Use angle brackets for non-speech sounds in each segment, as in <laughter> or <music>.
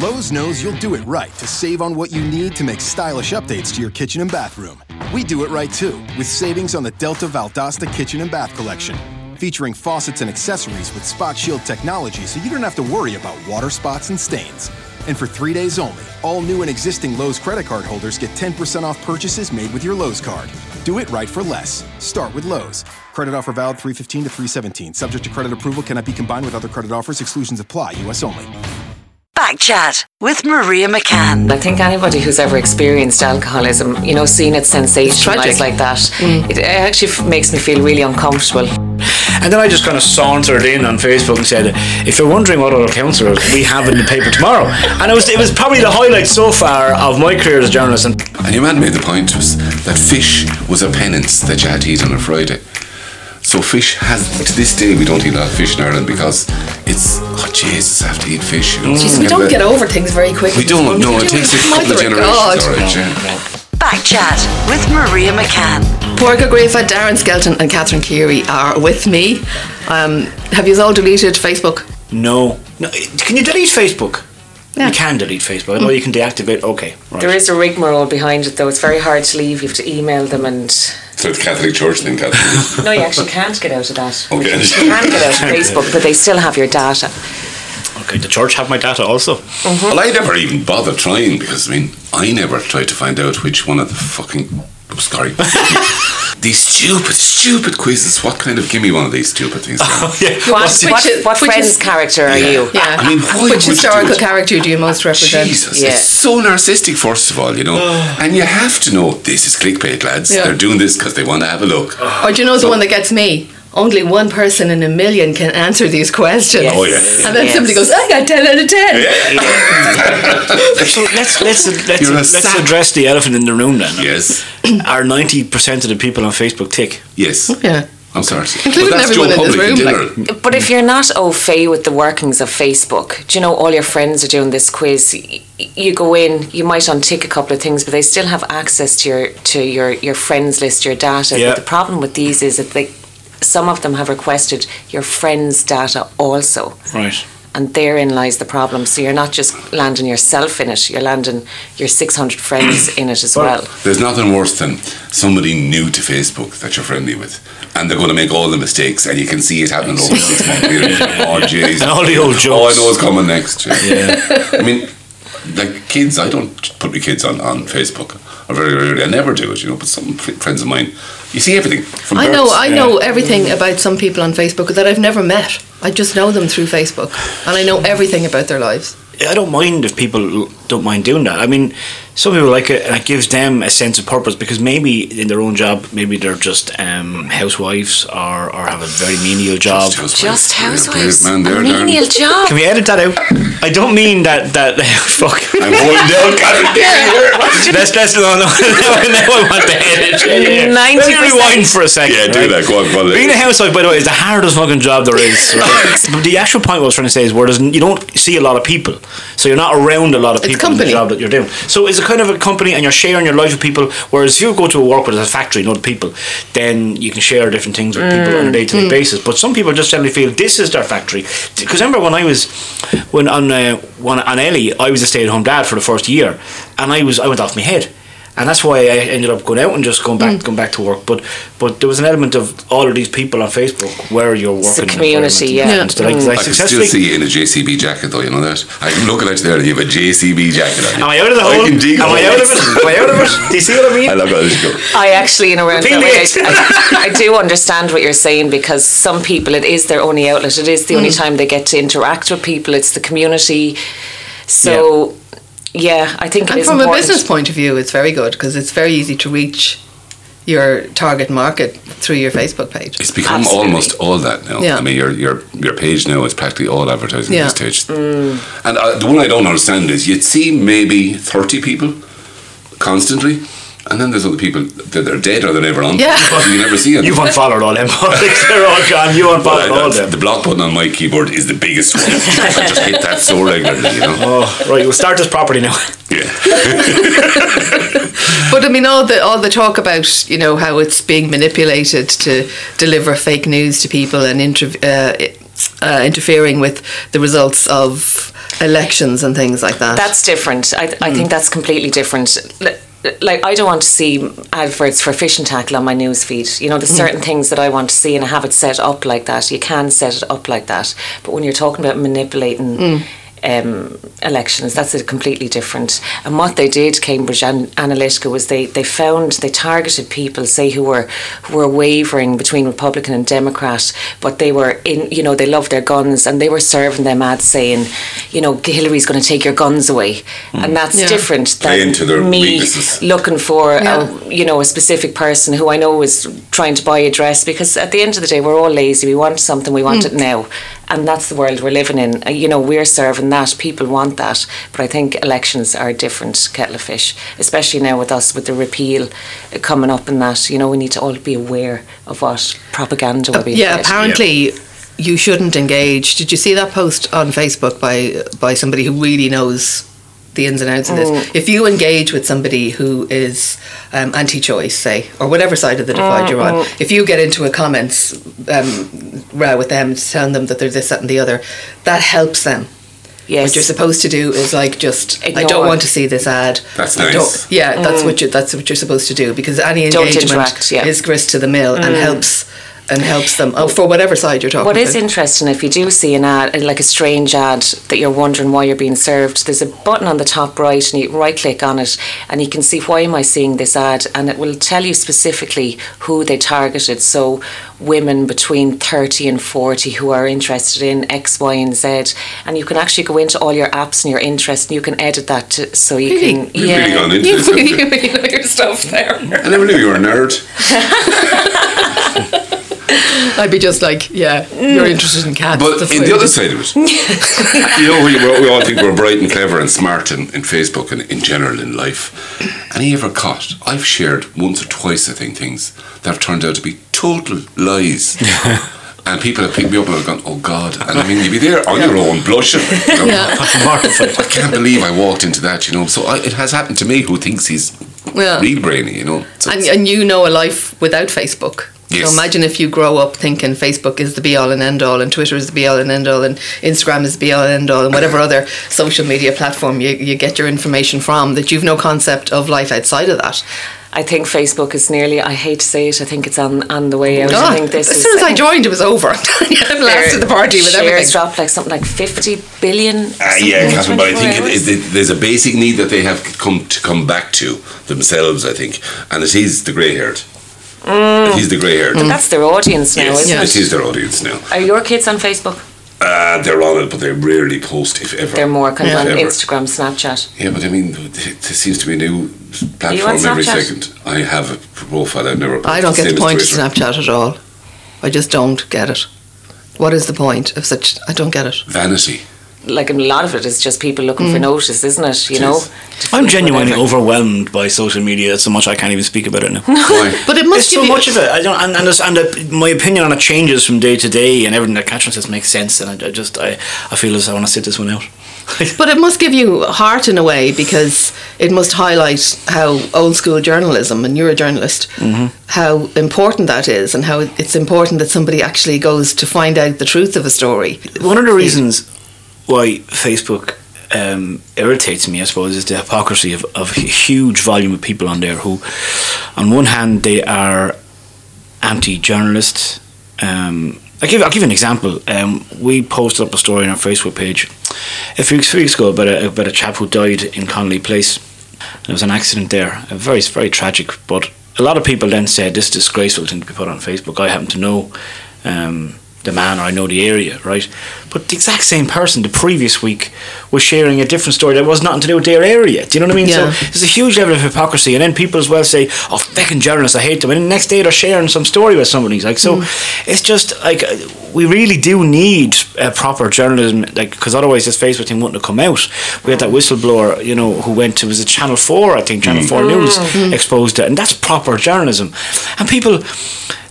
Lowe's knows you'll do it right to save on what you need to make stylish updates to your kitchen and bathroom. We do it right too, with savings on the Delta Valdosta Kitchen and Bath Collection, featuring faucets and accessories with Spot Shield technology so you don't have to worry about water spots and stains. And for three days only, all new and existing Lowe's credit card holders get 10% off purchases made with your Lowe's card. Do it right for less. Start with Lowe's. Credit offer valid 315 to 317. Subject to credit approval cannot be combined with other credit offers. Exclusions apply. U.S. only. Back chat with Maria McCann. I think anybody who's ever experienced alcoholism, you know, seen it sensationalized like that, it actually f- makes me feel really uncomfortable. And then I just kind of sauntered in on Facebook and said, "If you're wondering what other councillors we have in the paper tomorrow," and it was it was probably the highlight so far of my career as a journalist. And And your man made the point was that fish was a penance that you had to eat on a Friday. So fish has to this day we don't eat a lot of fish in Ireland because it's oh Jesus, I have to eat fish. Jeez, we don't get over things very quickly. Mm. uh, We don't. No, it takes a couple of Mother of God. generations. All right, yeah. Back chat with Maria McCann. Porco Grifa, Darren Skelton, and Catherine Keary are with me. Um, have you all deleted Facebook? no, no, can you delete Facebook? Yeah. You can delete Facebook. Oh, you can deactivate. Okay, right. There is a rigmarole behind it, though. It's very hard to leave. You have to email them, and So the Catholic Church thing, <laughs> Catholic. no, you actually can't get out of that. Okay. You can get out of Facebook, but they still have your data. okay, the church have my data <laughs> also. <laughs> Uh-huh. well, I never even bothered trying because I mean, I never tried to find out which one of the fucking. Oh, sorry. these stupid, stupid quizzes. What kind of give me one of these stupid things? Graham. Oh, Yeah. What, what's it- what, is- what which friend's is- character are you? Yeah. I mean, why would Which you do historical it? character do you most represent? Jesus, Yeah. it's so narcissistic, first of all, you know. and you have to know this is clickbait, lads. Ah. Yeah. Ah. They're doing this because they want to have a look. Oh, Or do you know the one that gets me? Only one person in a million can answer these questions. Yes. Oh, yeah. And then Yes. somebody goes, I got 10 out of 10. <laughs> So let's let's let's, You're a let's sap. address the elephant in the room then. Yes, Are ninety percent of the people on Facebook tick? yes. Yeah. I'm sorry. <laughs> Including But that's everyone Joe in this Public room, general. But if you're not au fait with the workings of Facebook, do you know all your friends are doing this quiz? y- You go in, you might untick a couple of things, but they still have access to your to your your friends list, your data. Yeah. But the problem with these is that they, some of them have requested your friends' data also, Right. and therein lies the problem. So you're not just landing yourself in it; you're landing your 600 friends in it as well. There's nothing worse than somebody new to Facebook that you're friendly with, and they're going to make all the mistakes, and you can see it happening over six <laughs> months later. Oh, jeez. And all the old Oh, I jokes. know what's coming next. Yeah. I mean, like kids, I don't put my kids on, on Facebook. I very rarely, I never do it, you know, but some fr- friends of mine, you see everything. From I know, births. I know everything about some people on Facebook that I've never met. I just know them through Facebook, and I know everything about their lives. I don't mind if people l- don't mind doing that. I mean, some people like it, and it gives them a sense of purpose because maybe in their own job, maybe they're just um, housewives or, or have a very menial job. Just You're a brave housewives, man a there, Darren. menial job. Can we edit that out? I don't mean that. That <laughs> fuck. I'm <laughs> holding down Catherine Taylor. Let's let's no <laughs> no no. now I want to edit. Yeah, yeah. Let 90%. me rewind for a second. Yeah, do right? that. Go on, go on. Being a housewife, by the way, is the hardest fucking job there is. <laughs> Right? but the actual point I was trying to say is, where there's, n- you don't see a lot of people, so you're not around a lot of It's people in the company. job that you're doing. So it's a kind of a company, and you're sharing your life with people. Whereas if you go to a work with a factory and other people, then you can share different things with people Mm. on a day-to-day basis. But some people just generally feel this is their factory. Because remember when I was when on uh, when on Ellie, I was a stay-at-home dad for the first year, and I was I went off my head and that's why I ended up going out and just going Mm. back going back to work. But but there was an element of all of these people on Facebook where you're working. a community, environment yeah. and stuff. Like, like I can still successfully. see you in a JCB jacket, though. You know that. I can look at you there, and you have a JCB jacket on. you. Am I out of the hole? I can dig Am I out of it? Am I out of it? Do you see what I mean? <laughs> I love how this go. I actually, in a roundabout Repeat way, it. I, I do understand what you're saying because some people, it is their only outlet. It is the only time they get to interact with people. It's the community. So, yeah, I think it And is from a important. business point of view, it's very good because it's very easy to reach your target market through your Facebook page. It's become Absolutely. almost all that now. Yeah. I mean, your your your page now is practically all advertising Yeah. at this stage. Mm. And uh, the one I don't understand is you'd see maybe thirty people constantly, and then there's other people that they're dead or they're never on. Yeah. you <laughs> never see them. You've unfollowed all <laughs> them. They're all gone. You unfollowed Well, all that's- them. the block button on my keyboard is the biggest one. I just hit that so regularly, <laughs> you know. Oh, right. We'll start this property now. Yeah. But I mean, all the all the talk about you know how it's being manipulated to deliver fake news to people and interv- uh, uh, interfering with the results of elections and things like that. That's different. I, I think that's completely different. L- Like I don't want to see adverts for fish and tackle on my newsfeed. You know, there's certain things that I want to see, and I have it set up like that. You can set it up like that, but when you're talking about manipulating. Um, elections that's a completely different and what they did Cambridge An- Analytica was they they found they targeted people say who were who were wavering between Republican and Democrat but they were in you know they loved their guns and they were serving them ads saying you know Hillary's going to take your guns away and that's Yeah. different Hmm. Play than into their me weaknesses. looking for Yeah. a, you know a specific person who I know is trying to buy a dress because at the end of the day we're all lazy we want something we want it Mm. now and that's the world we're living in Uh, you know we're serving that people want that but I think elections are a different kettle of fish especially now with us with the repeal uh, coming up and that you know we need to all be aware of what propaganda will be Uh, yeah, fed. apparently you shouldn't engage. Did you see that post on Facebook by by somebody who really knows the ins and outs of this? If you engage with somebody who is um, anti-choice, say, or whatever side of the divide you're on, if you get into a comments um, row with them, telling them that they're this, that, and the other, that helps them. yes What you're supposed to do is like just I Ignore. Mm. don't want to see this ad. That's I nice. don't- yeah, that's what you that's what you're supposed to do because any Don't engagement interact, yeah. Mm. is grist to the mill and helps and helps them oh, for whatever side you're talking. What about. is interesting if you do see an ad, uh, like a strange ad that you're wondering why you're being served, there's a button on the top right and you right click on it and you can see why am I seeing this ad and it will tell you specifically who they targeted. So women between 30 and 40 who are interested in X, Y and Z and you can actually go into all your apps and your interests and you can edit that to, so you Really? can We've really <laughs> gone into You <laughs> this. haven't we? really know your stuff there. I never knew you were a nerd. I'd be just like, yeah, you're Mm. interested in cats. But that's in the weird. other side of it, <laughs> <laughs> you know, we, we we all think we're bright and clever and smart in, in Facebook and in general in life. And I ever caught, I've shared once or twice, I think, things that have turned out to be total lies. <laughs> and people have picked me up and have gone, oh God. And I mean, you'd be there on your own blushing. you <laughs> know. <laughs> I can't believe I walked into that, you know. So I, it has happened to me who thinks he's Yeah. real brainy, you know. So and, it's- and you know a life without Facebook. Yes. So imagine if you grow up thinking Facebook is the be all and end all, and Twitter is the be all and end all, and Instagram is the be all and end all, and whatever other social media platform you, you get your information from, that you've no concept of life outside of that. I think Facebook is nearly I hate to say it I think it's on on the way out Ah, I think this Ah, as is soon as I joined, it was over. <laughs> I've lasted the party with shares everything. dropped like something like 50 billion. Ah, yeah, Catherine, but I think it, it, it, there's a basic need that they have come to come back to themselves. I think, and it is the grey haired. It is the grey haired. Mm. That's their audience now, Yes, isn't it it? is their audience now. Are your kids on Facebook? Uh, they're on it, but they rarely post, if ever. They're more kind If of on ever. Instagram, Snapchat. Yeah, but I mean, th- th- there seems to be a new you on platform every Snapchat? second. I have a profile. I've never. I don't get same the as point of Twitter. Snapchat at all. I just don't get it. What is the point of such? I don't get it. <laughs> Vanity. Like a lot of it is just people looking for notice, isn't it? You It know, is. To I'm feel <laughs> genuinely whatever. overwhelmed by social media so much I can't even speak about it now. Why? But it There's must give so you much of it. I don't, and and, it's- and uh, my opinion on it changes from day to day, and everything that Catherine says makes sense. And I, I just, I, I feel as I want to sit this one out. <laughs> But it must give you heart in a way because it must highlight how old school journalism, and you're a journalist, Mm-hmm. how important that is, and how it's important that somebody actually goes to find out the truth of a story. One of the reasons why Facebook um, irritates me, I suppose, is the hypocrisy of, of a huge volume of people on there who, on one hand, they are anti-journalist. Um, I give, I'll give you an example. Um, we posted up a story on our Facebook page a few few weeks ago about a, about a chap who died in Connolly Place. There was an accident there, a very, very tragic, but a lot of people then said this is a disgraceful thing to be put on Facebook. I happen to know um, the man or I know the area, right? But the exact same person the previous week was sharing a different story that was nothing to do with their area. Do you know what I mean? Yeah. So there's a huge level of hypocrisy, and then people as well say, "Oh, fucking journalists, I hate them," and the next day they're sharing some story with somebody. Like so, it's just like uh, we really do need uh, proper journalism, like because otherwise this Facebook thing wouldn't have come out. We had that whistleblower, you know, who went to was it Channel Four, I think Channel Four News Mm. exposed it, and that's proper journalism, and people.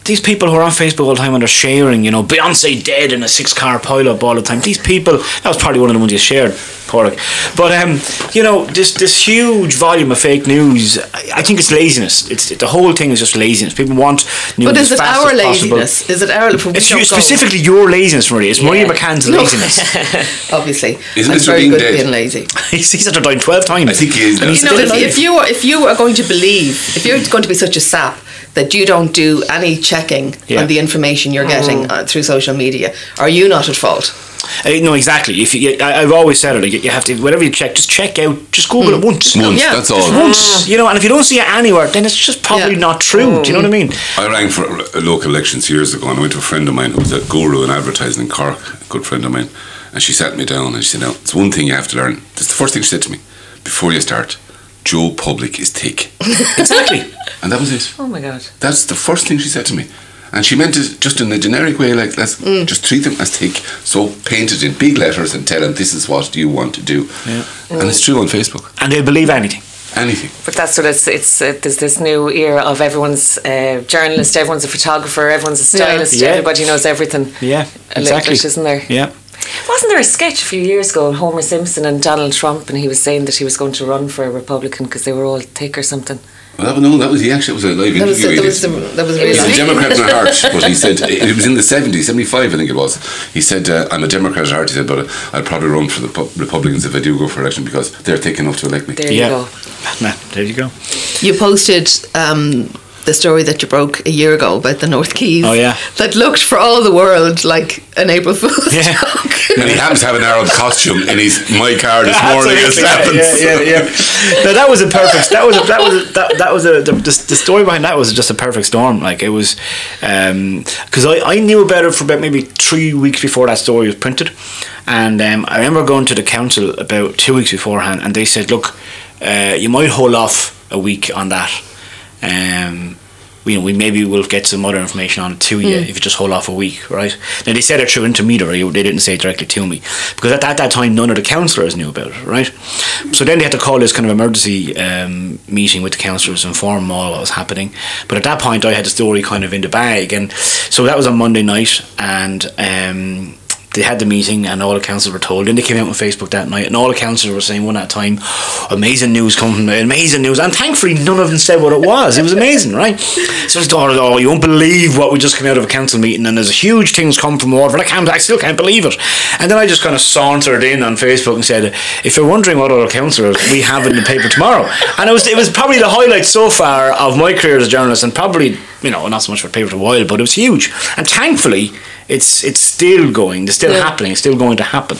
These people who are on Facebook all the time and they're sharing, you know, Beyonce dead in a six car pileup all the time. These people, that was probably one of the ones you shared Correct. But um, you know, this this huge volume of fake news. I, I think it's laziness. It's the whole thing is just laziness. People want news But as is it fast our as possible. laziness? Is it our? we It's don't you, go- specifically your laziness, Marie. It's Maria <laughs> McCann's No. laziness. obviously. Isn't I'm this very being good dead? at <laughs> being lazy. he sees her down twelve times. I think he is. And now. he's You know, still if, alive. if you are if you are going to believe, if you're going to be such a sap that you don't do any checking Yeah. Oh. on the information you're getting uh, through social media, are you not at fault? Uh, no, exactly. If you, I, I've always said it, like, you have to whatever you check, just check out, just Google Mm. it once. Once, Yeah. that's all. Once, you know, and if you don't see it anywhere, then it's just probably Yeah. not true. Do you know what I Mm. mean? I rang for uh, local elections years ago, and I went to a friend of mine who was a guru in advertising in Cork, a good friend of mine, and she sat me down and she said, "Now, it's one thing you have to learn." That's the first thing she said to me before you start. Joe Public is thick, Exactly. and that was it. Oh my god. That's the first thing she said to me, and she meant it just in a generic way, like let's Mm. just treat them as thick. So paint it in big letters and tell them this is what you want to do, and it's true on Facebook. and they'll believe anything. Anything. But that's what it's. It's uh, there's this new era of everyone's uh, journalist, everyone's a photographer, everyone's a stylist. Yeah. Everybody knows everything. Yeah, A little exactly. bit, isn't there? Yeah. Wasn't there a sketch a few years ago on Homer Simpson and Donald Trump, and he was saying that he was going to run for a Republican because they were all thick or something? Well, that, no, that was he actually it was a live interview. That was he that did. was the, that was It He's really a Democrat at heart, <laughs> but he said it was in the 70s, 75, I think it was. He said, uh, "I'm a Democrat at heart." He said, "But I'd probably run for the Pu- Republicans if I do go for election because they're thick enough to elect me." There Yeah. you go. Nah, there you go. You posted um, the story that you broke a year ago about the North Keys. Oh, yeah. That looked for all the world like an April Fool's Yeah. joke. And he happens to have an Arab costume, and he's my car this morning. As happens. Yeah, yeah, yeah. No, that was a perfect. That was a, that was a, that, that was a, the, the the story behind that was just a perfect storm. Like it was, because I, I knew about it for about maybe three weeks before that story was printed, and um, I remember going to the council about two weeks beforehand, and they said, "Look, uh, you might hold off a week on that." Um, you know, we maybe will get some other information on it to you if you just hold off a week, right? Now they said it through intermediary; they didn't say it directly to me because at, at that time none of the councillors knew about it, right? So then they had to call this kind of emergency um, meeting with the councillors and inform them all what was happening. But at that point, I had the story kind of in the bag, and so that was on Monday night, and. Um, they had the meeting and all the councils were told. Then they came out on Facebook that night and all the councils were saying one at a time, amazing news coming from there, amazing news. And thankfully, none of them said what it was. It was amazing, right? So it's all, oh, you won't believe what we just came out of a council meeting and there's huge things come from Waterford. I, can't, I still can't believe it. And then I just kind of sauntered in on Facebook and said, if you're wondering what other councillors we have in the paper tomorrow. And it was, it was probably the highlight so far of my career as a journalist and probably, you know, not so much for paper to while, but it was huge. And thankfully, it's it's still going. It's still happening. It's still going to happen.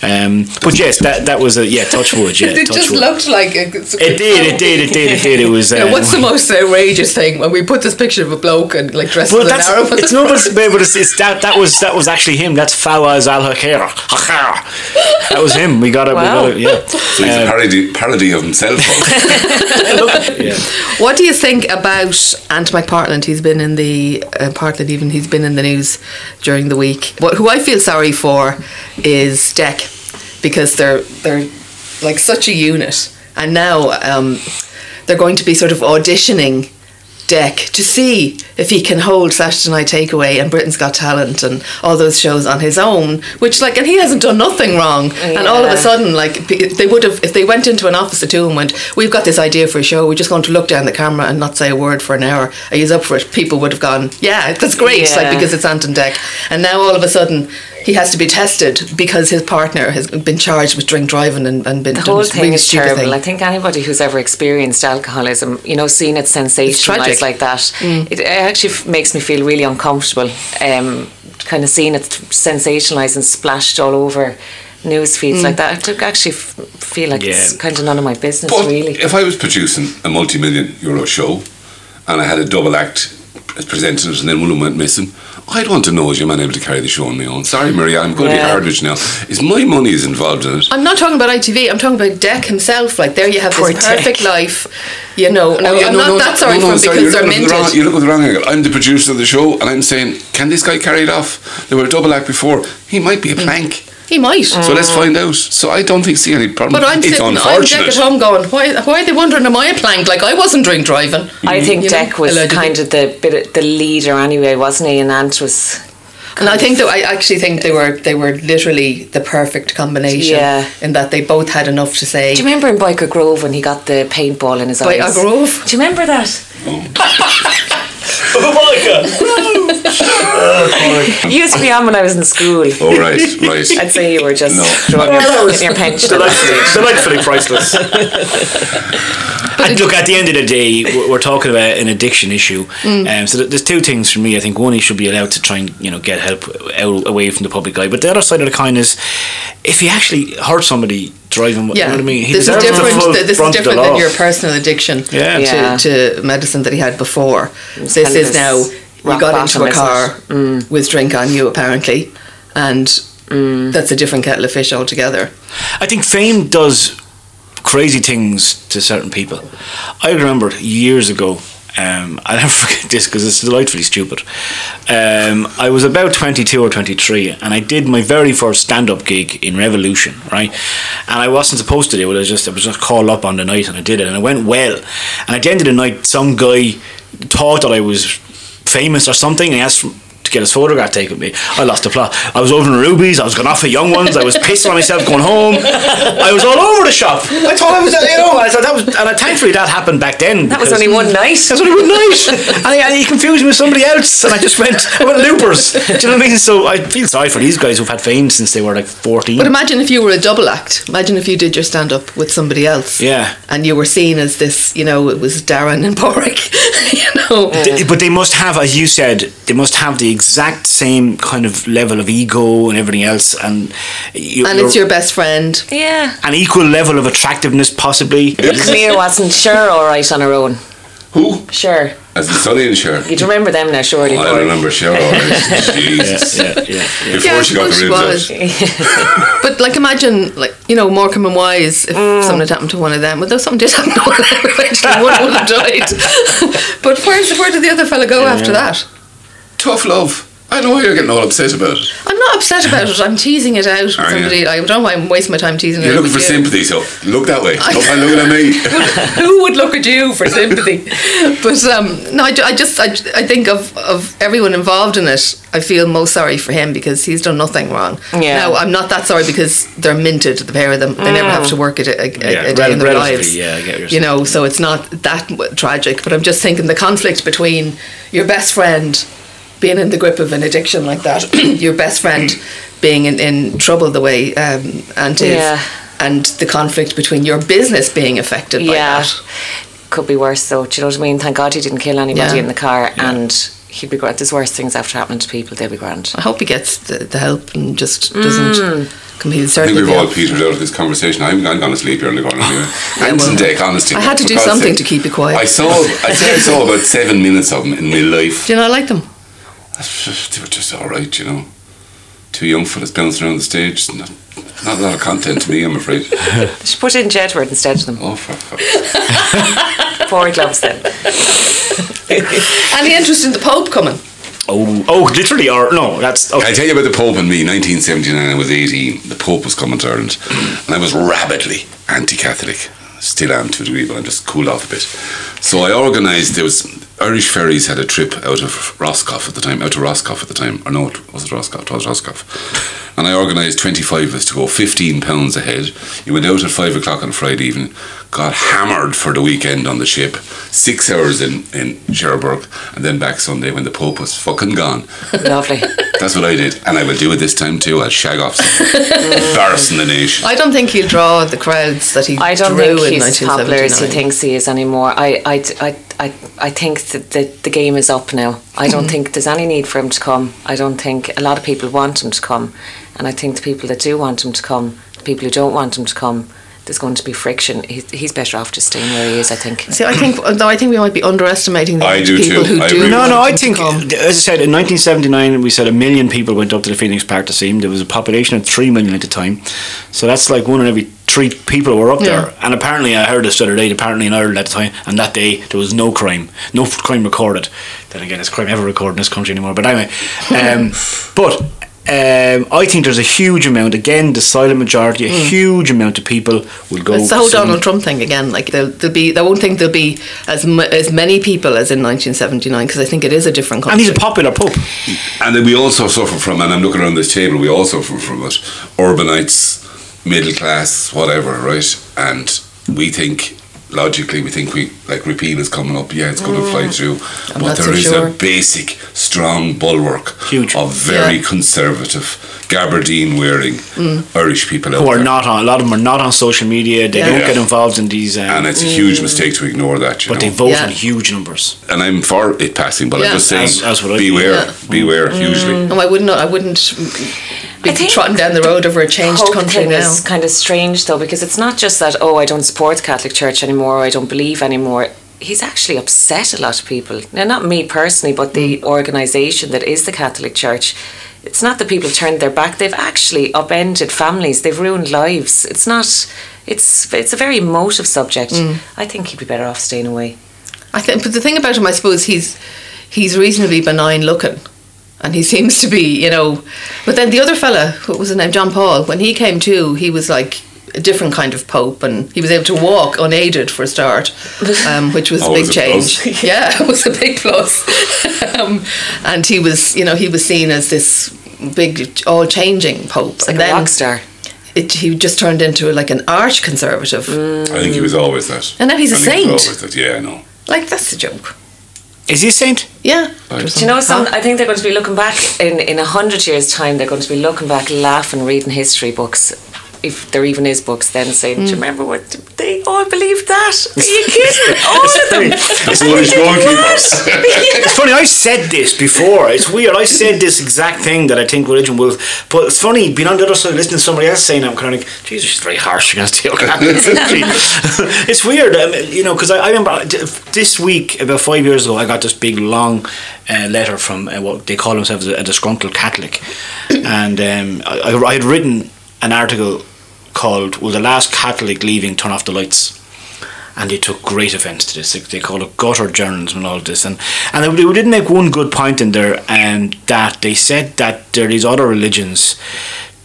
Um, but yes, that that was a yeah. Touch wood. <laughs> Yeah, <laughs> it touch just wood. looked like a, it did. It did. It did. It did. It <laughs> was. Uh, Now, what's the most outrageous thing when we put this picture of a bloke and like dressed Well, as an that's Arab? on it's the not. front? But, but it's, it's that that was that was actually him. That's Fawaz Al Hakara. Hakara. That was him. We got it. Wow. We got <laughs> it. So he's a parody, parody <laughs> of himself. Yeah. yeah. What do you think about Ant McPartland? He's been in the uh, Partland, even he's been in the news during the week. What, who I feel sorry for is Deck because they're they're like such a unit, and now um, they're going to be sort of auditioning Deck to see if he can hold Saturday Night Takeaway and Britain's Got Talent and all those shows on his own. Which like, and he hasn't done nothing wrong, and all of Yeah. a sudden sudden, like p- they would have, if they went into an office at two and went, "We've got this idea for a show. We're just going to look down the camera and not say a word for an hour. Are you up for it?" People would have gone, "Yeah, that's great!" Yeah. Like because it's Anton Deck, and now all of a sudden he has to be tested because his partner has been charged with drink driving and, and been The done whole this thing really is stupid terrible. thing. I think anybody who's ever experienced alcoholism, you know, seeing it sensationalized tragic. Mm. like that, it actually f- makes me feel really uncomfortable. Um, kind of seeing it sensationalized and splashed all over news Mm. feeds like that. I actually f- feel like it's Yeah. kind of none of my business, But really. if I was producing a multi-million euro show and I had a double act as presenters and then one of them went missing, I'd want to know is your man able to carry the show on my own? Sorry, Maria, I'm going to Yeah. be hard with you now. Is my money is involved in it? I'm not talking about ITV. I'm talking about Deck himself. Like there, you have Poor this Dec. perfect life. You know, no, Oh, yeah, I'm not that sorry for him you're because they're looking at the wrong- minted. You're looking at the wrong angle. I'm the producer of the show and I'm saying, can this guy carry it off? They were a double act before. He might Mm. be a plank. He might. So let's find out. So I don't think see any problem. Mm. But I'm it's sitting, I'm Deck unfortunate. at home going, why, why are they wondering am I a plank? Like I wasn't drink driving. Mm. I think You know, Deck was allegedly. kind of the bit the leader anyway, wasn't he? And Ant was And I think that I actually think they were they were literally the perfect combination. Yeah. In that they both had enough to say. Do you remember in Biker Grove when he got the paintball in his Biker eyes? Grove? Do you remember that? You used to be on when I was in school. Oh, right, right. <laughs> I'd say you were just No. <laughs> drawing your, in your pension. Delightfully, delightfully priceless. and look, at the end of the day, we're, we're talking about an addiction issue. Mm. Um, so th- there's two things for me. I think one, you should be allowed to try and you know get help out, away from the public eye. But the other side of the coin is, if you actually hurt somebody driving, you know what I mean. He this is deserves the different. full th- This is brunt of the different than law. your personal addiction Yeah. to, Yeah. to medicine that he had before. This kind of is his now you rock got into bottom, Mm. a isn't car with drink on you apparently, and Mm. that's a different kettle of fish altogether. I think fame does crazy things to certain people. I remember years ago, um, <laughs> I'll never forget this because it's delightfully stupid. Um, I was about 22 or 23 and I did my very first stand up gig in Revolution, right? And I wasn't supposed to do it, I was just, I was just called up on the night and I did it and it went well. And at the end of the night, some guy thought that I was famous or something and he asked for- to get his photograph taken with me. I lost the plot. I was over in Rubies, I was going off at young ones, I was pissing on myself going home. I was all over the shop. I thought I was, you know, I thought that was, and I, thankfully that happened back then. That was because- only one night. That was only one night. And, I, and he confused me with somebody else, and I just went, I went loopers. Do you know what I mean? So I feel sorry for these guys who've had fame since they were like 14. But imagine if you were a double act. Imagine if you did your stand up with somebody else. Yeah. And you were seen as this, you know, it was Darren and Porrick, <laughs> you know. They- but they must have, as you said, they must have the exact same kind of level of ego and everything else, and you, And it's your best friend. Yeah. an equal level of attractiveness, possibly. Clear wasn't sure all right on her own. Who? Sure. As the Sunny and Cher. You'd remember them now, surely. Oh, I Paul. remember Cher. all <laughs> right. Jesus. yeah, yeah. Before Yeah, I she got suppose the she ribs out. <laughs> But like, imagine like you know Morecambe and Wise if Mm. something had happened to one of them. Although something did happen to one of them <laughs> eventually, one would have died. <laughs> but where's where did the other fella go after that? Tough love. I know why you're getting all upset about it. I'm not upset about it. I'm teasing it out with Are you? somebody. I don't know why I'm wasting my time teasing it. You're out looking for with you. sympathy, so look that way. Don't mind looking at <laughs> me. Who would look at you for sympathy? <laughs> but um, no, I, ju- I just I, ju- I think of of everyone involved in it. I feel most sorry for him because he's done nothing wrong. Yeah. Now I'm not that sorry because they're minted. The pair of them, they never have to work at a, a, a- Yeah, a day rel- in their relatively, lives. yeah, I get what you're you know, so it's not that w- tragic. But I'm just thinking the conflict between your best friend being in the grip of an addiction like that, <clears throat> your best friend being in, in trouble the way um, Ant is, Yeah. and the conflict between your business being affected by Yeah. that. Could be worse, though. Do you know what I mean? Thank God he didn't kill anybody Yeah. in the car, and he'd be grand. There's worse things after happening to people, they'll be grand. I hope he gets the, the help and just Mm. doesn't completely I think certainly. we've all be- petered out of this conversation. I'm, I'm going to sleep here in the <laughs> corner anyway. And well, take honesty. I had to for do God's something sake. to keep you quiet. I saw, I think I <laughs> saw about seven minutes of them in my life. Do you know I like them? They were just all right, you know. Two young fellas bouncing around the stage. Not, not a lot of content to me, I'm <laughs> afraid. Just put in Jedward instead of them. Oh, fuck. fuck. Four gloves then. Any interest in the Pope coming? Oh, oh, literally, or no, that's Can I okay. tell you about the Pope and me? 1979, I was 18. The Pope was coming to Ireland, and I was rabidly anti-Catholic. Still am to a degree, but I'm just cooled off a bit. So I organised. There was Irish Ferries had a trip out of Roscoff at the time, out to Roscoff at the time, or no, it was it Roscoff? It was Roscoff. And I organised 25 of us to go 15 pounds ahead. You went out at five o'clock on Friday evening, got hammered for the weekend on the ship, six hours in in Cherbourg, and then back Sunday when the Pope was fucking gone. <laughs> Lovely. <laughs> That's what I did, and I will do it this time too. I'll shag off someone. embarrassing the nation. I don't think he'll draw the crowds that he I don't drew think in he's as popular as he 1979. thinks he is anymore. I, I, I, I, I think that the, the game is up now. I Mm-hmm. don't think there's any need for him to come. I don't think a lot of people want him to come. And I think the people that do want him to come, the people who don't want him to come, there's going to be friction. He's, he's better off just staying where he is, I think. See, I think no, I think we might be underestimating the I do people too. who I do. agree. No, want no, I him to think, uh, come. as I said, in 1979, we said a million people went up to the Phoenix Park to see him. There was a population of three million at the time. So that's like one in every three people were up there. And apparently, I heard this the other day, apparently in Ireland at the time, and that day, there was no crime. No <laughs> f- crime recorded. Then again, is crime ever recorded in this country anymore? But anyway. Um, but Um, I think there's a huge amount, again, the silent majority, a Hmm. huge amount of people will go. It's the whole some- Donald Trump thing again. Like there'll, there'll be, I won't think there'll be as mu- as many people as in 1979 because I think it is a different And country. he's a popular pope. And then we also suffer from, and I'm looking around this table, we all suffer from it. Urbanites, middle class, whatever, right? And we think, logically, we think we, like, repeal is coming up, yeah, it's going to Mm. fly through. but not so there is sure. a basic, strong bulwark Huge. of very Yeah. conservative, gabardine wearing Irish people out Mm. who are there. not on a lot of them are not on social media they Yeah. don't Yeah. get involved in these um, And it's a huge mistake to ignore that, you but they know. vote Yeah. in huge numbers and I'm for it passing, but Yeah. I'm just saying, That's- that's what I- beware, Yeah. Mm. beware, hugely. No, I wouldn't. I wouldn't be I think trotting down the road over a changed Pope country thing now. is kind of strange though because it's not just that oh I don't support the Catholic Church anymore or I don't believe anymore. He's actually upset a lot of people. Now, not me personally, but Mm. the organisation that is the Catholic Church. It's not that people turned their back; they've actually upended families. They've ruined lives. It's not. It's it's a very emotive subject. Mm. I think he'd be better off staying away. I think, but the thing about him, I suppose he's he's reasonably benign looking, and he seems to be, you know. But then the other fella, what was his name, John Paul, when he came to, he was like a different kind of pope, and he was able to walk unaided for a <laughs> start, um, which was a Always big a plus. change. <laughs> yeah, it was a big plus. <laughs> um, and he was, you know, he was seen as this big, all-changing pope, It's like and a then rock star. it, he just turned into like an arch conservative. Mm. I think he was always that. And now he's I a think he was saint. always that. Yeah, I know. Like that's a joke. is he a saint Yeah. Do you know some? I think they're going to be looking back in in a hundred years' time. They're going to be looking back, laughing, reading history books, if there even is books. Then saying, "Do you remember what they all believed that? Are you kidding? all of them." That's what he's going to <laughs> it's funny I said this before it's weird I said this exact thing that I think religion will but it's funny being on the other side listening to somebody else saying it, I'm kind of like Jesus she's very harsh against the Catholic <laughs> it's weird um, you know because I, I remember this week about five years ago I got this big long uh, letter from uh, what they call themselves a, a disgruntled Catholic and um, I, I- I had written an article called Will the Last Catholic Leaving Turn Off the Lights and they took great offence to this. They, they called it gutter journalism and all this. And, and they, they did make one good point in there um, that they said that there are these other religions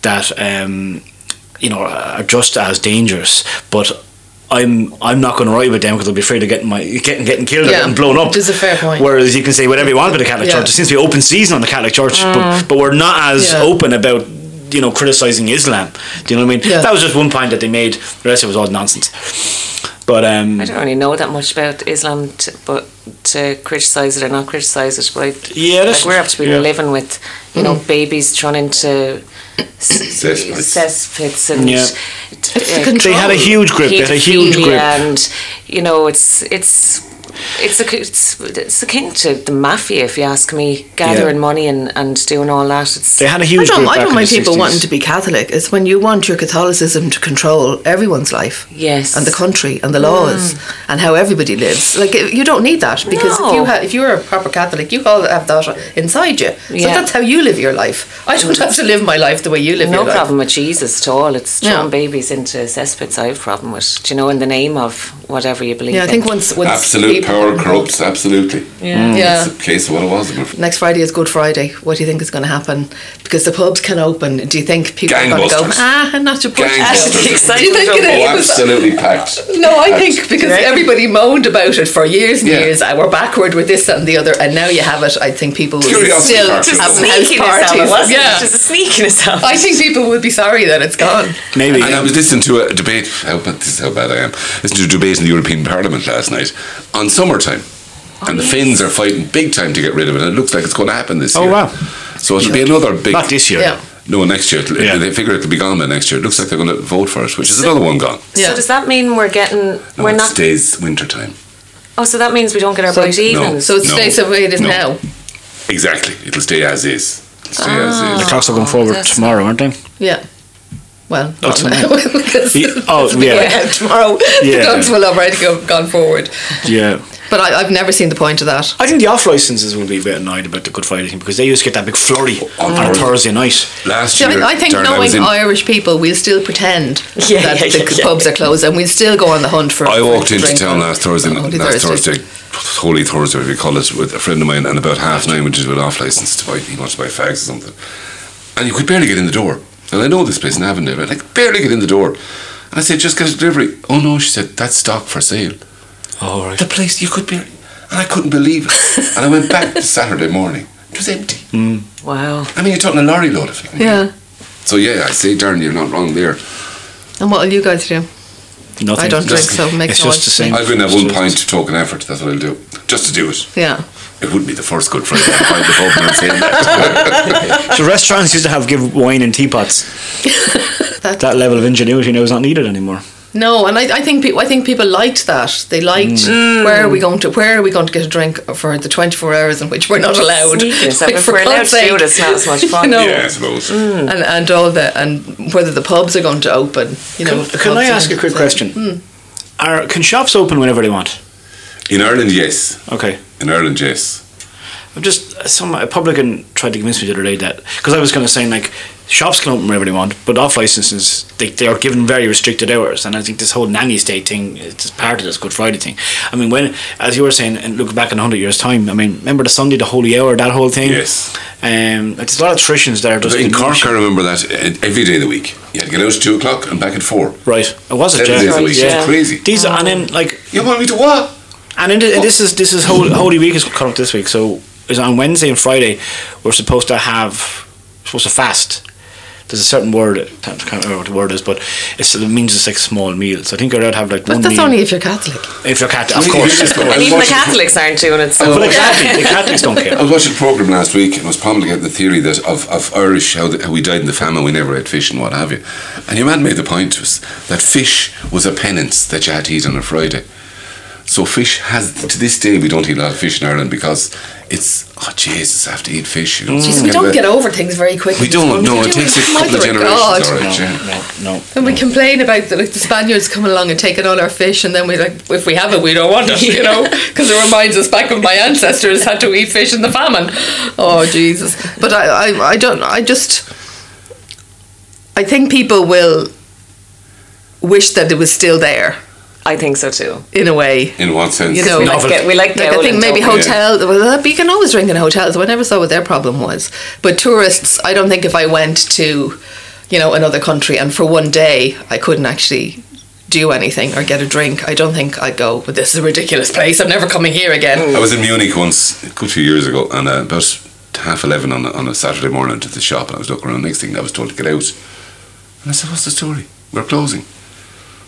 that um, you know are just as dangerous, but. I'm I'm not going to ride with them because I'll be afraid of getting my getting getting killed Yeah, and blown up. which is a fair point. Whereas you can say whatever you want about the Catholic Yeah. Mm. Church. It seems to be open season on the Catholic Church, but, but we're not as Yeah. open about you know criticizing Islam. Do you know what I mean? Yeah. That was just one point that they made. The rest of it was all nonsense. But um, I don't really know that much about Islam, to, but to criticise it or not criticise it, but I, Yeah, that's- like we're absolutely yeah. living with, you know, babies thrown into s- Cesspits. cesspits and Yeah. t- It's the uh, control. They had a huge grip. They had a huge pedophilia grip. and you know, it's it's. It's, a, it's it's akin to the mafia, if you ask me, gathering money and, and doing all that. It's They had a I huge don't, grip. I back don't in mind the people 60s. wanting to be Catholic. It's when you want your Catholicism to control everyone's life. Yes. And the country and the laws and how everybody lives. Like, i- you don't need that because if, you Mm. No. ha- if you're a proper Catholic, you all have that inside you. So Yeah. that's how you live your life. I don't have to live my life the way you live no your life. problem with Jesus at all. It's throwing No. babies into cesspits. I have a problem with, do you know, in the name of whatever you believe Yeah, I in. <laughs> think once. once Absolute people- power corrupts, absolutely. Yeah. Yeah. It's a case of what it was. I'm afraid. Next Friday is Good Friday. What do you think is going to happen? Because the pubs can open. Do you think people are going to go, Gangbusters. ah, not your pub? Gangbusters. Do you Excited think from- it Oh, is? <laughs> absolutely packed. No, I think because everybody moaned about it for years and Yeah. years. I were backward with this and the other, and now you have it. I think people will Curiosity still have factor. Just house parties. Yeah, Just a sneakiness of I think people would be sorry that it's gone. Maybe. And I was listening to a debate. How bad, this is how bad I am. Listening to a debate in the European Parliament last night on summertime, Oh, and the Finns are fighting big time to get rid of it. And it looks like it's going to happen this Oh, year. wow. So it'll be another big. Not this year. Yeah. No, next year. It'll- Yeah. They figure it'll be gone by next year. It looks like they're going to vote for it, which is another one gone. Yeah. So does that mean we're getting No, we're Oh, it not? stays winter time. Oh, so that means we don't get our So- bright No. evenings. So it No. stays the way it is No. now. Exactly. It'll stay as is. It'll stay as The Ah. is. clocks are going forward that's- tomorrow, aren't they? Yeah. Well, Oh, not now, <laughs> tomorrow. because Yeah, oh, it's the yeah. way out tomorrow Yeah. <laughs> the dogs will already go, gone forward. Yeah. But I, I've never seen the point of that. I think the off licenses will be a bit annoyed about the Good Friday thing because they used to get that big flurry On on a Thursday. Thursday night. Last See, I year, think- I think Darren, I was knowing in- Irish people, we'll still pretend <laughs> that yeah, the pubs are closed and we'll still go on the hunt for. I for walked a into drink town on last Thursday, Holy last Thursday. Holy Thursday, if you call it, with a friend of mine, and about half nine, went into an off license to buy, he wants to buy fags or something. and you could barely get in the door. And I know this place in Avondale, but like barely get in the door. And I said, just get a delivery. Oh no, she said, that's stock for sale. All Oh, right. The place you could barely, and I couldn't believe <laughs> it. and I went back Saturday morning. It was empty. Wow. I mean, you're talking a lorry load of it. Yeah. So yeah, I say, Darren, you're not wrong there. And what will you guys do? Nothing. I don't drink, so it makes it's no just the odds to same. me. I'll go in that one pint to token effort. That's what I'll do, just to do it. Yeah. It wouldn't be the first Good Friday I'd find the pub and saying that. <laughs> So restaurants used to have give wine in <laughs> teapots. That- that level of ingenuity now is not needed anymore. No, and I, I think people I think people liked that. They liked Mm. where are we going to where are we going to get a drink for the twenty four hours in which we're not allowed. Sneakiness, Like, if <laughs> for we're allowed God's to do it, sake. it's not as much fun. <laughs> Mm. You know, Yeah, I suppose. and, and all the and whether the pubs are going to open. You know, Hmm. Can, the can I pubs Mm. ask are- a quick question? Are, can shops open whenever they want? In Ireland, yes. Okay. In Ireland, yes. I'm just some a publican tried to convince me the other day that because I was kind of saying like shops can open wherever they want, but off licenses they, they are given very restricted hours, and I think this whole nanny state thing is just part of this Good Friday thing. I mean, when as you were saying, and look back in hundred years' time, I mean, remember the Sunday, the Holy Hour, that whole thing. Yes. Um, it's a lot of traditions that are just in Cork, I diminishing. remember that uh, every day of the week. You had to get out at 2 o'clock and back at 4. Right, it was a Seven days a week. yeah. It's crazy. These are, and then like You want me to what? And, in, and this is this is Mm-hmm. Holy, Holy Week is coming up this week, so it's on Wednesday and Friday. We're supposed to have supposed to fast. There's a certain word I can't remember what the word is, but it's, it means it's like small meals. I think you're allowed to have like But one that's meal only if you're Catholic. if you're Catholic, of course. And even the Catholics aren't doing it. So but exactly, the Catholics don't <laughs> care. I was watching a program last week and was pondering out the theory that of, of Irish how, the, how we died in the famine, we never ate fish and what have you. And your man made the point to us that fish was a penance that you had to eat on a Friday. So fish has to this day we don't eat a lot of fish in Ireland because it's oh Jesus, I have to eat fish. You know, Jeez, something we like don't that. get over things very quickly. Mm. We don't. No, it takes a couple of Mother generations. God. All right, yeah. No, no, And we complain about the, like, the Spaniards coming along and taking all our fish, and then we like, if we have it, we don't want it, <laughs> you know, because it reminds us back when my ancestors had to eat fish in the famine. Oh Jesus! But I, I, I don't. I just, I think people will wish that it was still there I think so too. in a way. In what sense? You know, We No, like, but- get, we like Like, I Dowling, think maybe don't we? hotel. Well, but you can always drink in hotels. I never saw what their problem was. But tourists, I don't think if I went to, you know, another country and for one day I couldn't actually do anything or get a drink, I don't think I'd go. But this is a ridiculous place. I'm never coming here again. I was in Munich once, a good few years ago, and uh, about half eleven on a, on a Saturday morning, I went to the shop, and I was looking around. Next thing, I was told to get out, and I said, "What's the story? We're closing."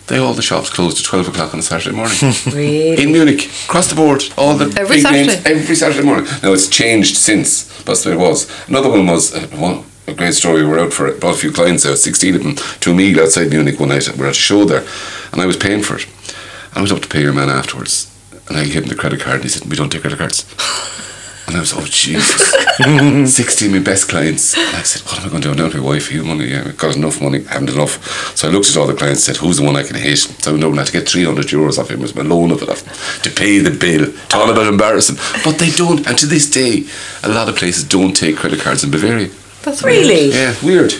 They all the shops closed at twelve o'clock on a Saturday morning Really? in Munich, across the board, all the Every big Saturday. names every Saturday morning. Now it's changed since, but that's what it was. Another one was uh, one, a great story. We were out for it, brought a few clients out, sixteen of them, to a meal outside Munich one night. We were at a show there, and I was paying for it. I went up to pay your man afterwards, and I gave him the credit card, and he said, "We don't take credit cards." And I was, oh Jesus, sixty of my best clients. And I said, what am I going to do? I don't have my wife, you money. Yeah, I've got enough money, I haven't enough. So I looked at all the clients, said, who's the one I can hit? So I know I had to get three hundred euros off him was my loan of it off to pay the bill. It's all about embarrassing, but they don't. And to this day, a lot of places don't take credit cards in Bavaria. That's Really? Yeah, weird.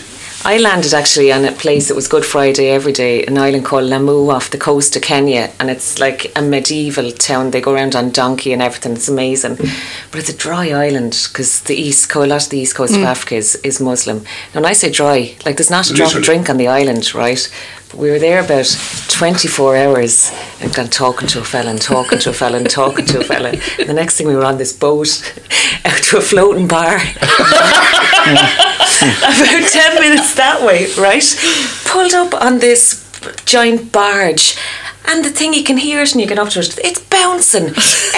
I landed actually on a place that was Good Friday every day, an island called Lamu off the coast of Kenya, and it's like a medieval town. They go around on donkey and everything. It's amazing, but it's a dry island because the east coast, a lot of the east coast of Africa is, is Muslim. Now, when I say dry, like there's not a drop of Literally. drink on the island, right? But we were there about 24 hours and gone talking to a fella and talking to a fella and talking to a fella. And the next thing we were on this boat <laughs> out to a floating bar <laughs> about 10 minutes that way, right? Pulled up on this giant barge. And the thing, you can hear it and you can up to it. It's bouncing.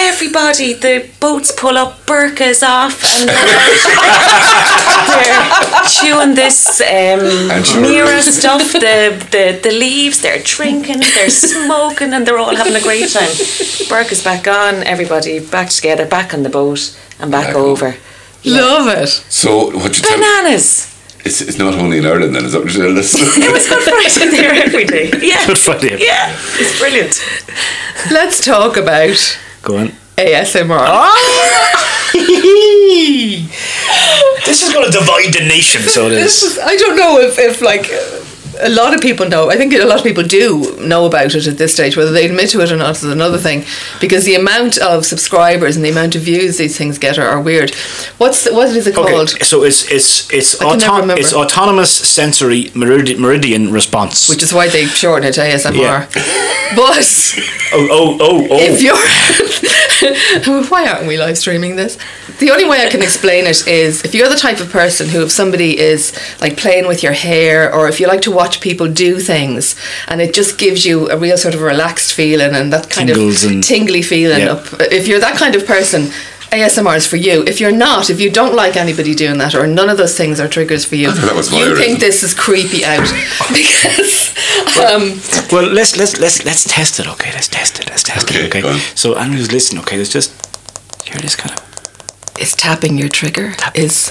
Everybody, the boats pull up, burkas off, and they're chewing this And um, sure. Mira stuff, <laughs> the, the, the leaves, they're drinking, they're smoking, and they're all having a great time. Burkas back on, everybody back together, back on the boat, and back Back home. over. Love it. So what you tell? Bananas! It's, it's not only in Ireland then, is <laughs> that what It you're telling us? <laughs> was Good Friday there <laughs> every day. Yeah. Good Friday. Yeah. It's brilliant. Let's talk about Go <laughs> on. ASMR. This is going to divide the nation. So it This is. <laughs> is, I don't know if, if like uh, a lot of people know. I think a lot of people do know about it at this stage. Whether they admit to it or not is another thing, because the amount of subscribers and the amount of views these things get are, are weird. What's the, what is it Okay, called? so it's it's it's, I can never auto- remember. it's autonomous sensory meridi- meridian response. Which is why they shorten it to ASMR. Yeah. But oh oh oh oh. if you're <laughs> why aren't we live streaming this the only way i can explain it is if you're the type of person who if somebody is like playing with your hair or if you like to watch people do things and it just gives you a real sort of relaxed feeling and that kind Tingles of and- tingly feeling Yeah. up if you're that kind of person ASMR is for you. If you're not, if you don't like anybody doing that, or none of those things are triggers for <laughs> you, that was you voyeurism. think this is creepy out <laughs> because um, Well, let's let's let's let's test it. Okay, let's test it. Let's test Okay, it. Okay. go on. So anyone who's listening, okay, let's just hear this kind of. is tapping your trigger is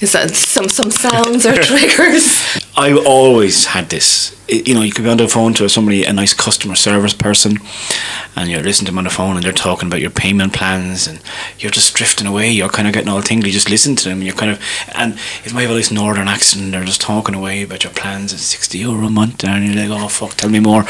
is that some some <laughs> sounds or triggers I always had this. I- You know, you could be on the phone to somebody, a nice customer service person, and you're listening to them on the phone, and they're talking about your payment plans, and you're just drifting away. You're kind of getting all tingly. You just listen to them, and you're kind of, and it might have a nice northern accent, and they're just talking away about your plans at sixty euro a month, and you're like, oh fuck, tell me more,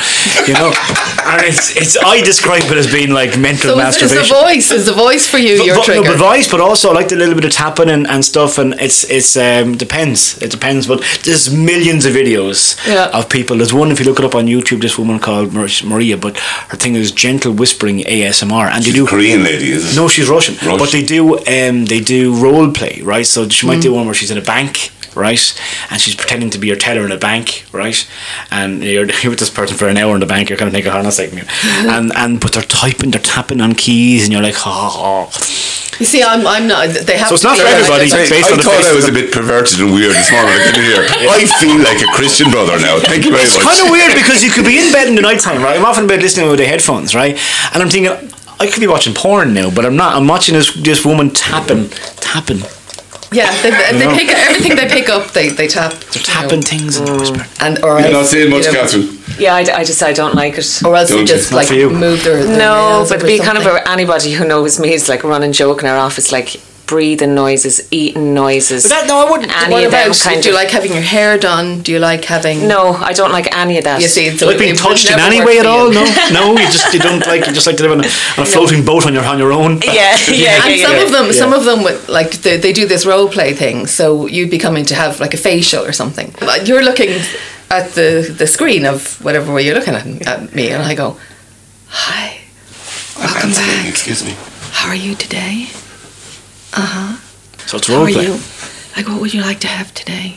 you <laughs> know. and it's it's I describe it as being like mental so is, is masturbation. the voice is the voice for you your Vo- vo- no, trigger but voice, but also I like the little bit of tapping and, and stuff, and it's it's um, depends. It depends, but there's millions of videos Yeah. of people. There's one if you look it up on YouTube. This woman called Mar- Maria, but her thing is gentle whispering ASMR, and they do Korean lady, is it? no, she's Russian. Russian. But they do um, they do role play, right? So she might Mm. do one where she's in a bank, right? And she's pretending to be your teller in a bank, right? And you're, <laughs> you're with this person for an hour in the bank, you're kind of thinking, hold on a second. <laughs> here." And, and, but they're typing, they're tapping on keys, and you're like, oh, you see I'm, I'm not they have So it's to not be for like- everybody. Hey, based I on the thought face of I was a the- bit perverted and weird this morning. I came <laughs> here. I feel like a Christian brother now. Thank you very It's much. kind of weird because you could be in bed in the nighttime, right? I'm often in bed listening with the headphones, right? And I'm thinking, I could be watching porn now, but I'm not. I'm watching this this woman tapping, tapping, yeah they, they, You know? pick everything they pick up they, they tap they're you know, tapping things Mm. and whispering. and or You're not else, saying much, you know, Catherine. Yeah, I, d- I just I don't like it. or else you Don't just you? like for you. move their, their No, nails but up or be kind of something. a, anybody who knows me is like a running joke in our office, like breathing noises, eating noises. But that- no, I wouldn't. Any what of them about kind do you of. like having your hair done do you like having no, I don't like any of that. you see so like being it would touched in never any work way for at you. all? <laughs> No, no. You just you don't like. You just like to live on a, on a floating boat on your on your own. <laughs> Yeah, yeah, yeah. and yeah, some yeah. of them, some of them, would, like they, they do this role play thing. So you'd be coming to have like a facial or something. But You're looking at the the screen of whatever way you're looking at, at me, and I go, "Hi, welcome back. Excuse me. How are you today? <laughs> So it's How role are play. you? Like, what would you like to have today?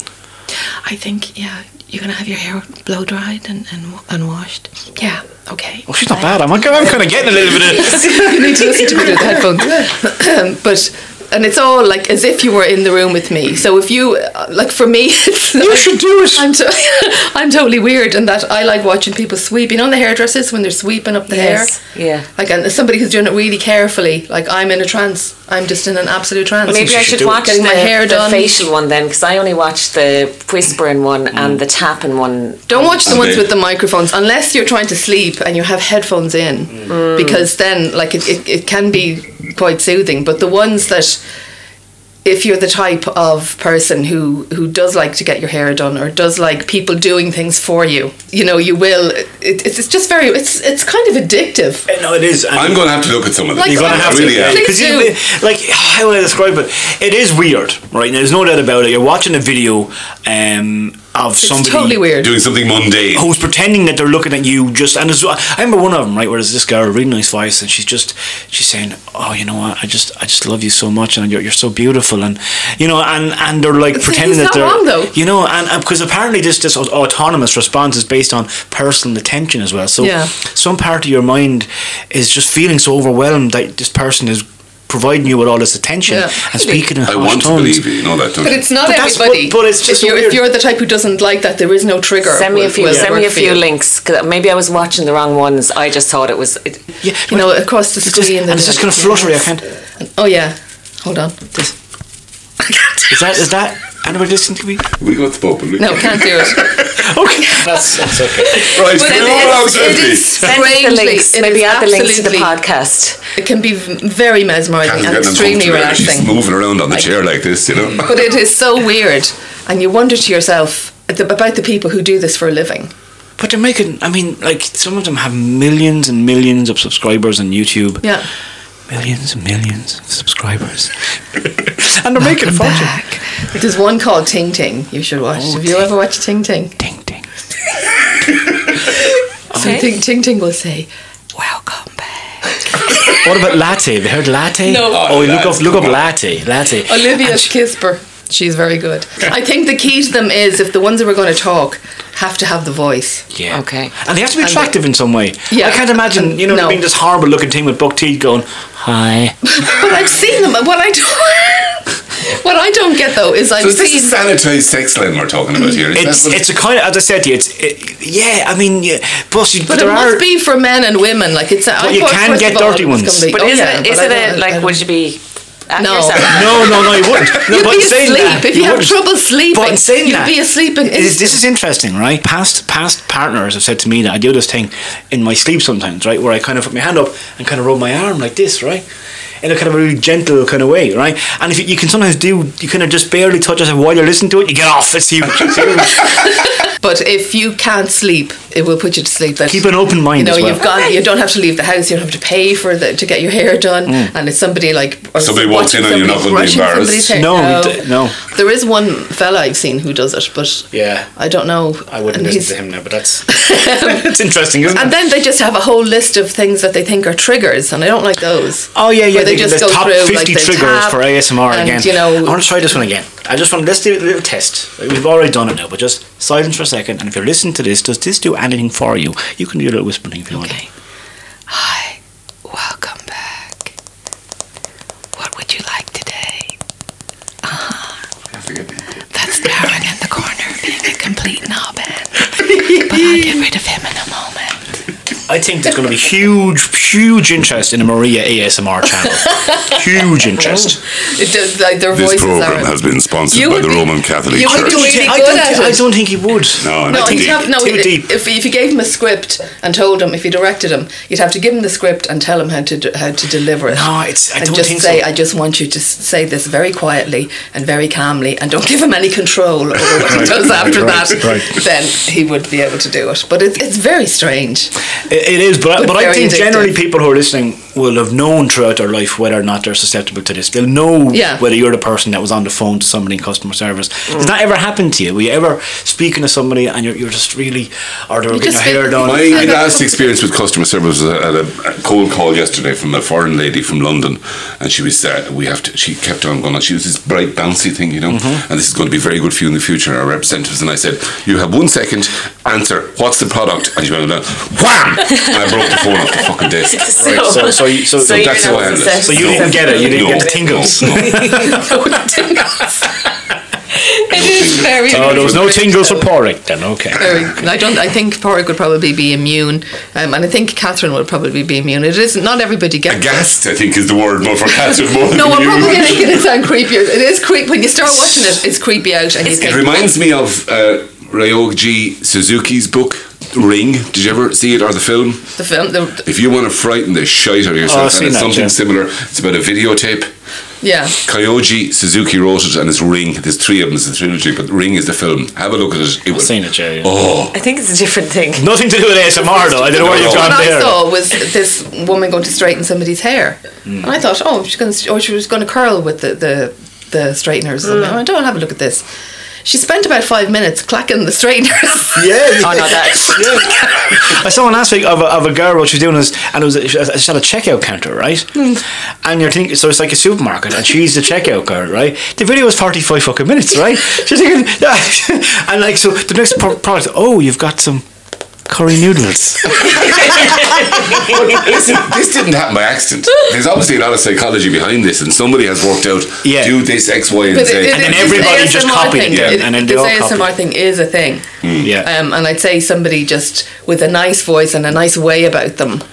I think, yeah, you're gonna have your hair blow dried and and, and washed. Yeah, okay. Oh, she's not bad. I'm, I'm kind of getting a little <laughs> bit of. you need to listen to me through the headphones. <coughs> but and it's all like as if you were in the room with me. So if you uh, like for me, <laughs> it's you should do it. I'm, to- <laughs> I'm totally weird in that I like watching people sweep. You know, the hairdressers when they're sweeping up the Yes, hair. yeah. Like and somebody who's doing it really carefully. Like I'm in a trance. I'm just in an absolute trance. Maybe I should should do it. watch Getting the, my hair the done. facial one then, because I only watched the whispering one Mm. and the tapping one. Don't watch the And ones they- with the microphones unless you're trying to sleep and you have headphones in, Mm. because then like it, it, it can be quite soothing. But the ones that if you're the type of person who who does like to get your hair done or does like people doing things for you, you know, you will. It, it's, it's just very. It's it's kind of addictive. No, it is. and- I'm going to have to look at some of this. Like, You're gonna I have to, really yeah. am. Please because you, like, how would I describe it? It is weird, right? There's no doubt about it. You're watching a video um, of It's somebody totally weird. Doing something mundane. who's pretending that they're looking at you just and there's- I remember one of them right where there's this girl really nice voice and she's just she's saying oh you know what I just I just love you so much and you're, you're so beautiful and you know and and they're like It's- pretending it's that not they're wrong, though. you know and because apparently this this aut- autonomous response is based on personal attention as well so Yeah. some part of your mind is just feeling so overwhelmed that this person is providing you with all this attention Yeah. and speaking in I harsh want to tones believe you, you know that, don't But you? it's not Mm. But that's what- everybody. but it's just if you're, weird. if you're the type who doesn't like that, there is no trigger. Send me a will- few. will Send me work a for few you. links. 'cause maybe I was watching the wrong ones. I just thought it was. It, yeah You know, across the it's screen. just, and they're it's just kind like, of fluttery I "Yes." can't Oh yeah. Hold on. <laughs> is that is that And we're listening to me. We got the Pope. and <laughs> we- <laughs> No, can't do it. Okay, <laughs> that's, that's okay. Right, But we it go on, is, it Sandy. is Send us the strangely, links. it Maybe is add the links to the absolutely- podcast. It can be v- very mesmerizing Can't and get them extremely comfortable. She's relaxing. moving around on the chair like this, you know. But it is so weird, and you wonder to yourself at the- about the people who do this for a living. But they're making, I mean, like, some of them have millions and millions of subscribers on YouTube. Yeah. Millions and millions of <laughs> subscribers. and they're making a Come fortune. back. There's one called Ting Ting. You should Oh, watch. Have you ever watched Ting Ting? Ding, ding. So I think Ting Ting will say, "Welcome back." What about latte? Have you heard latte? No. Oh, Oh, look up, lads, look up come on. latte. Latte. Olivia Kisper. She's very good. I think the key to them is if the ones that are going to talk have to have the voice. Yeah. Okay. And they have to be attractive in some way. Yeah. I can't imagine, you know, No. being this horrible looking thing with buck teeth going, hi. But I've seen them. and What I don't, <laughs> what I don't get though is I've So is seen. this a sanitized sex line we're talking about here? Is It's, that what it's a kind of, as I said to you, it's, it, yeah, I mean, yeah, plus, you, but it there must are. be for men and women. Like it's. I But you thought, can first get of all, dirty it was ones. gonna be- But oh, is yeah, it, is but it I a, don't- I like, would you be at <laughs> No. yourself? No, no, no, you <laughs> wouldn't. No, You'd but be in saying asleep that, if you, had wouldn't. trouble sleeping. But in saying you'd that, be asleep in is- this is interesting, right? Past past partners have said to me that I do this thing in my sleep sometimes, right, where I kind of put my hand up and kind of rub my arm like this, right, in a kind of a really gentle kind of way, right. And if you, you can sometimes do, you kind of just barely touch yourself while you're listening to it, you get off. It's huge. It's huge. But if you can't sleep, it will put you to sleep. That Keep an open mind You know, as well. you've gone. You don't have to leave the house. You don't have to pay for the, to get your hair done. Mm. And it's somebody like or Somebody walks in watching on you, not somebody gonna be brushing embarrassed. somebody's hair. No, d- no. There is one fella I've seen who does it, but yeah, I don't know. I wouldn't And listen he's- to him now, but that's <laughs> <laughs> it's interesting, isn't And it? then they just have a whole list of things that they think are triggers, and I don't like those. Oh yeah, yeah. Where they the- just the go top through, like, fifty they triggers tap for ASMR and, again. You know, I want to try this one again. I just want to let's do a little test. We've already done it now, but just silence for a second. And if you're listening to this, does this do anything for you? You can do a little whispering if you Okay. Hi, welcome back. What would you like today? Uh-huh. That's Darren in the corner being a complete knobhead. But I'll get rid of him in a moment. want. I think there's going to be huge, huge interest in a Maria ASMR <laughs> channel. huge interest. It does, like, their This voices program are. has been sponsored You by would the be- Roman Catholic you would Church. be really I good don't. at I it. don't think he would. no, No, not he'd indeed. have, no Oh, Too if- deep. If, if you gave him a script and told him, if you directed him, you'd have to give him the script and tell him how to do, how to deliver it. No, it's- I and don't just think say, so. I just want you to s- say this very quietly and very calmly, and don't give him any control over what he does after right, that. right. Then he would be able to do it. But it's it's very strange. <laughs> It, it is, but, I- But but I very think addictive. generally people who are listening will have known throughout their life whether or not they're susceptible to this. They'll know Yeah. Mm. whether you're the person that was on the phone to somebody in customer service. Has that ever happened to you? Were you ever speaking to somebody and you're, you're just really, or they were getting just their hair feel- done? My last experience with customer service was at a cold call yesterday from a foreign lady from London, and she was uh, we have to. She kept on going. on. She was this bright, bouncy thing, you know. Mm-hmm. And this is going to be very good for you in the future, our representatives. And I said, "You have one second. Answer. What's the product?" And she went, "Wham!" and I broke the phone off the fucking <laughs> desk. So, Right, so- so you- so- So you're that's not how I handle it. successful. So you didn't get it. You didn't No. get the tingles. No. <laughs> It is very. Oh, there was no tingles for Porrick then. Okay. Very, I don't. I think Porrick would probably be immune, um, and I think Catherine would probably be immune. It isn't. Not everybody gets. it. Aghast, I think, is the word more for cats with more No, than I'm you. probably making it sound creepier. It is creep when you start watching it. It's creepy out, and you It think, reminds me of uh, Ryoji Suzuki's book Ring. Did you ever see it or the film? the film. The, If you want to frighten the shite Oh, out of I've yourself, seen and it's that, something yeah. similar. It's about a videotape. yeah, Kyoji Suzuki wrote it, and it's Ring. There's three of them. It's a trilogy, but Ring is the film. Have a look at it. it I've will- seen it, Jerry. Oh, <laughs> I think it's a different thing. Nothing to do with ASMR though. I don't know where you've No. gone what I there. saw was this woman going to straighten somebody's hair, and I thought, oh, she's going to, or she was going to curl with the the, the straighteners. or something. I went, oh, I'll have a look at this. She spent about five minutes clacking the straighteners. <laughs> Yeah. Oh, no, that's. I saw one last week of a, of a girl what she was doing is and it was she she had a checkout counter right Mm. and you're thinking so it's like a supermarket and she's the checkout girl right the video was 45 fucking minutes right she's thinking <laughs> yeah. and like so the next pro- product oh you've got some curry noodles listen, this didn't happen by accident. There's obviously a lot of psychology behind this, and somebody has worked out. Yeah. Do this X, Y, and But Z. it- it- And then it's everybody an just ASMR copied thing. it, It- and then they this all ASMR copied. Hmm. thing is a thing. yeah Uh, Um, and I'd say somebody just with a nice voice and a nice way about them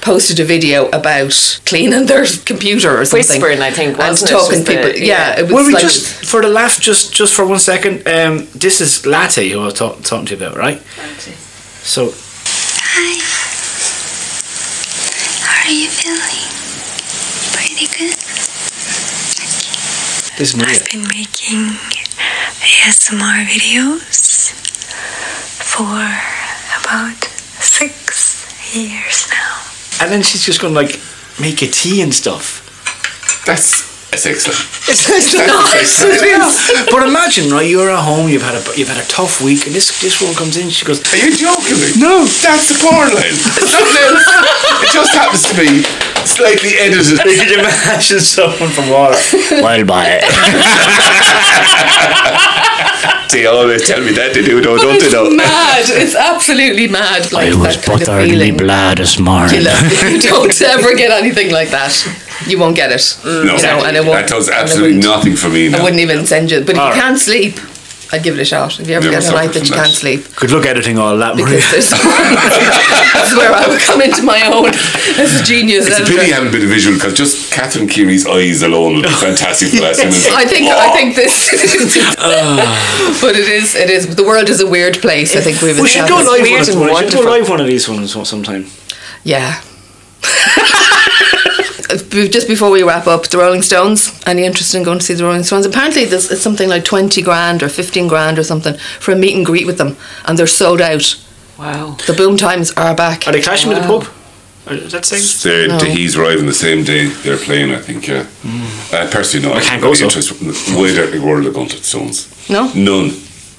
posted a video about cleaning <laughs> their computer or something. Whispering, I think, wasn't it? and talking Was the- people. yeah. yeah. it was Were we like- just for the laugh, just just for one second? Um, this is Latte who I was talk, talking to you about, right? So Hi. How are you feeling? Pretty good. this is Maria. I've been making ASMR videos for about six years now. and then she's just going to like make a tea and stuff. That's <laughs> it's excellent. It's it's not. but imagine, right? You're at home. You've had a you've had a tough week, and this this woman comes in. She goes, Are you joking me? "No, <laughs> That's the porn line. It's something else. It just happens to be slightly edited. Could you imagine someone from water? well, by <laughs> it. They always tell me that they do, though, don't they? It's Though? mad. It's absolutely mad. Like that kind of feeling. blood this morning. You know, <laughs> you don't ever get anything like that. You won't get it. Mm. No, You know, and it won't, that does and I absolutely wouldn't- nothing for me. I Now. wouldn't even send you. But if All you right. can't sleep, I'd give it a shot. If you ever Never get a night suffered that you from can't that. sleep, Good luck editing all that, Maria. because there's <laughs> that's where I would come into my own as a genius. It's a editor. pity you haven't been visual because just Catherine Keary's eyes alone <laughs> would be fantastic for that. sentence. I think I think <laughs> this, <laughs> but it is it is the world is a weird place. I think we've We should go established. live one. weird of- and We should go wonderful. live one of these ones sometime. Yeah. <laughs> Be- Just before we wrap up, the Rolling Stones. Any interest in going to see the Rolling Stones? Apparently, there's it's something like twenty grand or fifteen grand or something for a meet and greet with them, and they're sold out. <laughs> Wow. The boom times are back. Are they clashing with the pub? Are- Is that saying? They're, No. He's arriving the same day they're playing, I think, yeah. Mm. Uh, personally, no. I can't have go, no so. interest in the way they're world of Guntlet Stones. No, None.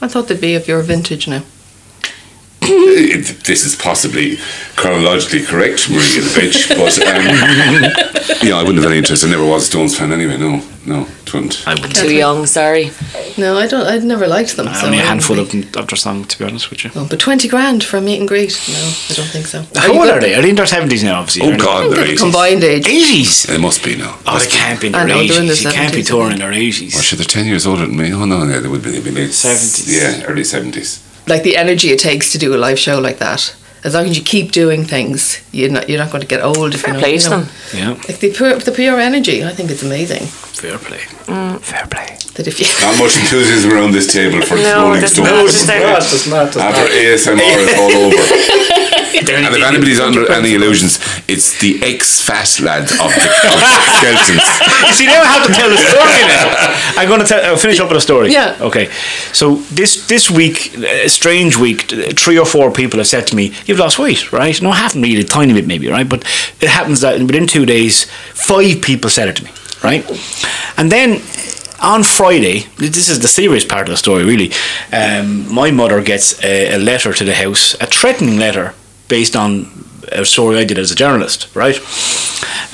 I thought they'd be if you're vintage now. It- this is possibly chronologically correct, Maria the Bitch, but um, yeah, I wouldn't have any interest. I never was a Stones fan anyway, no. No, it wouldn't. I wouldn't. Too young, sorry. No, I don't. I'd never liked them. so Only a I handful wouldn't of them after song, to be honest with you. be- Oh, but twenty grand for a meet and greet? No, I don't think so. How old are they? Are they in their seventies now? Obviously. Oh, God, they're 80s. Combined age. Eighties. They must be now. Oh, they can't be in I their know, they're in eighties. They their can't be 70s, touring in their eighties. Or should they're 10 years older than me? Oh, no, yeah, they would be. They'd be late 70s. Yeah, early 70s. Like the energy it takes to do a live show like that. As long as you keep doing things, you're not you're not going to get old. If Fair you know, play you to know. them. Yeah, Like the pure, the pure energy, I think it's amazing fair play. Fair play. that if you <laughs> Not much enthusiasm around this table for the No, Rolling there's not. Stones. There's not. It's not. After <laughs> ASMR is all over. And if anybody's under any illusions, it's the ex-fat lads of the of Skeltons. You see, now I have to tell the story now. I'm going to tell, I'll finish up with a story. Yeah. Okay. So this this week, a strange week, uh, three or four people have said to me, "You've lost weight, right?" No, I haven't really, a tiny bit maybe, right? But it happens that within two days, five people said it to me, right? And then uh, on Friday, this is the serious part of the story, really. Um, my mother gets a, a letter to the house, a threatening letter, based on a story I did as a journalist, right?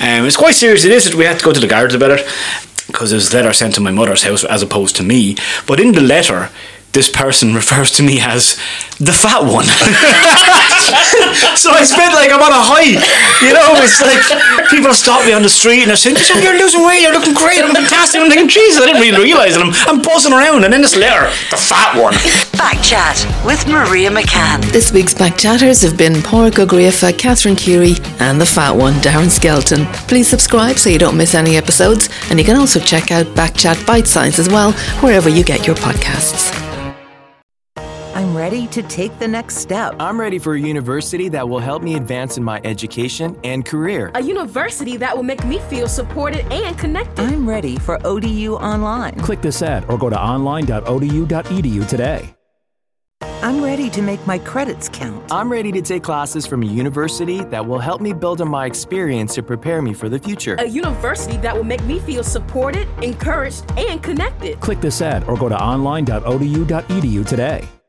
Um, it's quite serious. It is that we had to go to the guards about it because there's a letter sent to my mother's house as opposed to me. But in the letter, this person <laughs> refers to me as the fat one. <laughs> so I spent like I'm on a high. You know, it's like people stop me on the street and they're saying, "Listen, "You're losing weight. You're looking great. I'm fantastic." I'm thinking, "Jesus, I didn't really realise that I'm I'm buzzing around." And then this letter, the fat one. Backchat with Maria McCann. This week's back chatters have been Porco Griefa, Catherine Curie, and the fat one, Darren Skelton. Please subscribe so you don't miss any episodes, and you can also check out Backchat Bite Size as well, wherever you get your podcasts. I'm ready to take the next step. I'm ready for a university that will help me advance in my education and career. A university that will make me feel supported and connected. I'm ready for ODU Online. Click this ad or go to online.odu.edu E today. I'm ready to make my credits count. I'm ready to take classes from a university that will help me build on my experience to prepare me for the future. A university that will make me feel supported, encouraged, and connected. Click this ad or go to online.odu.edu today.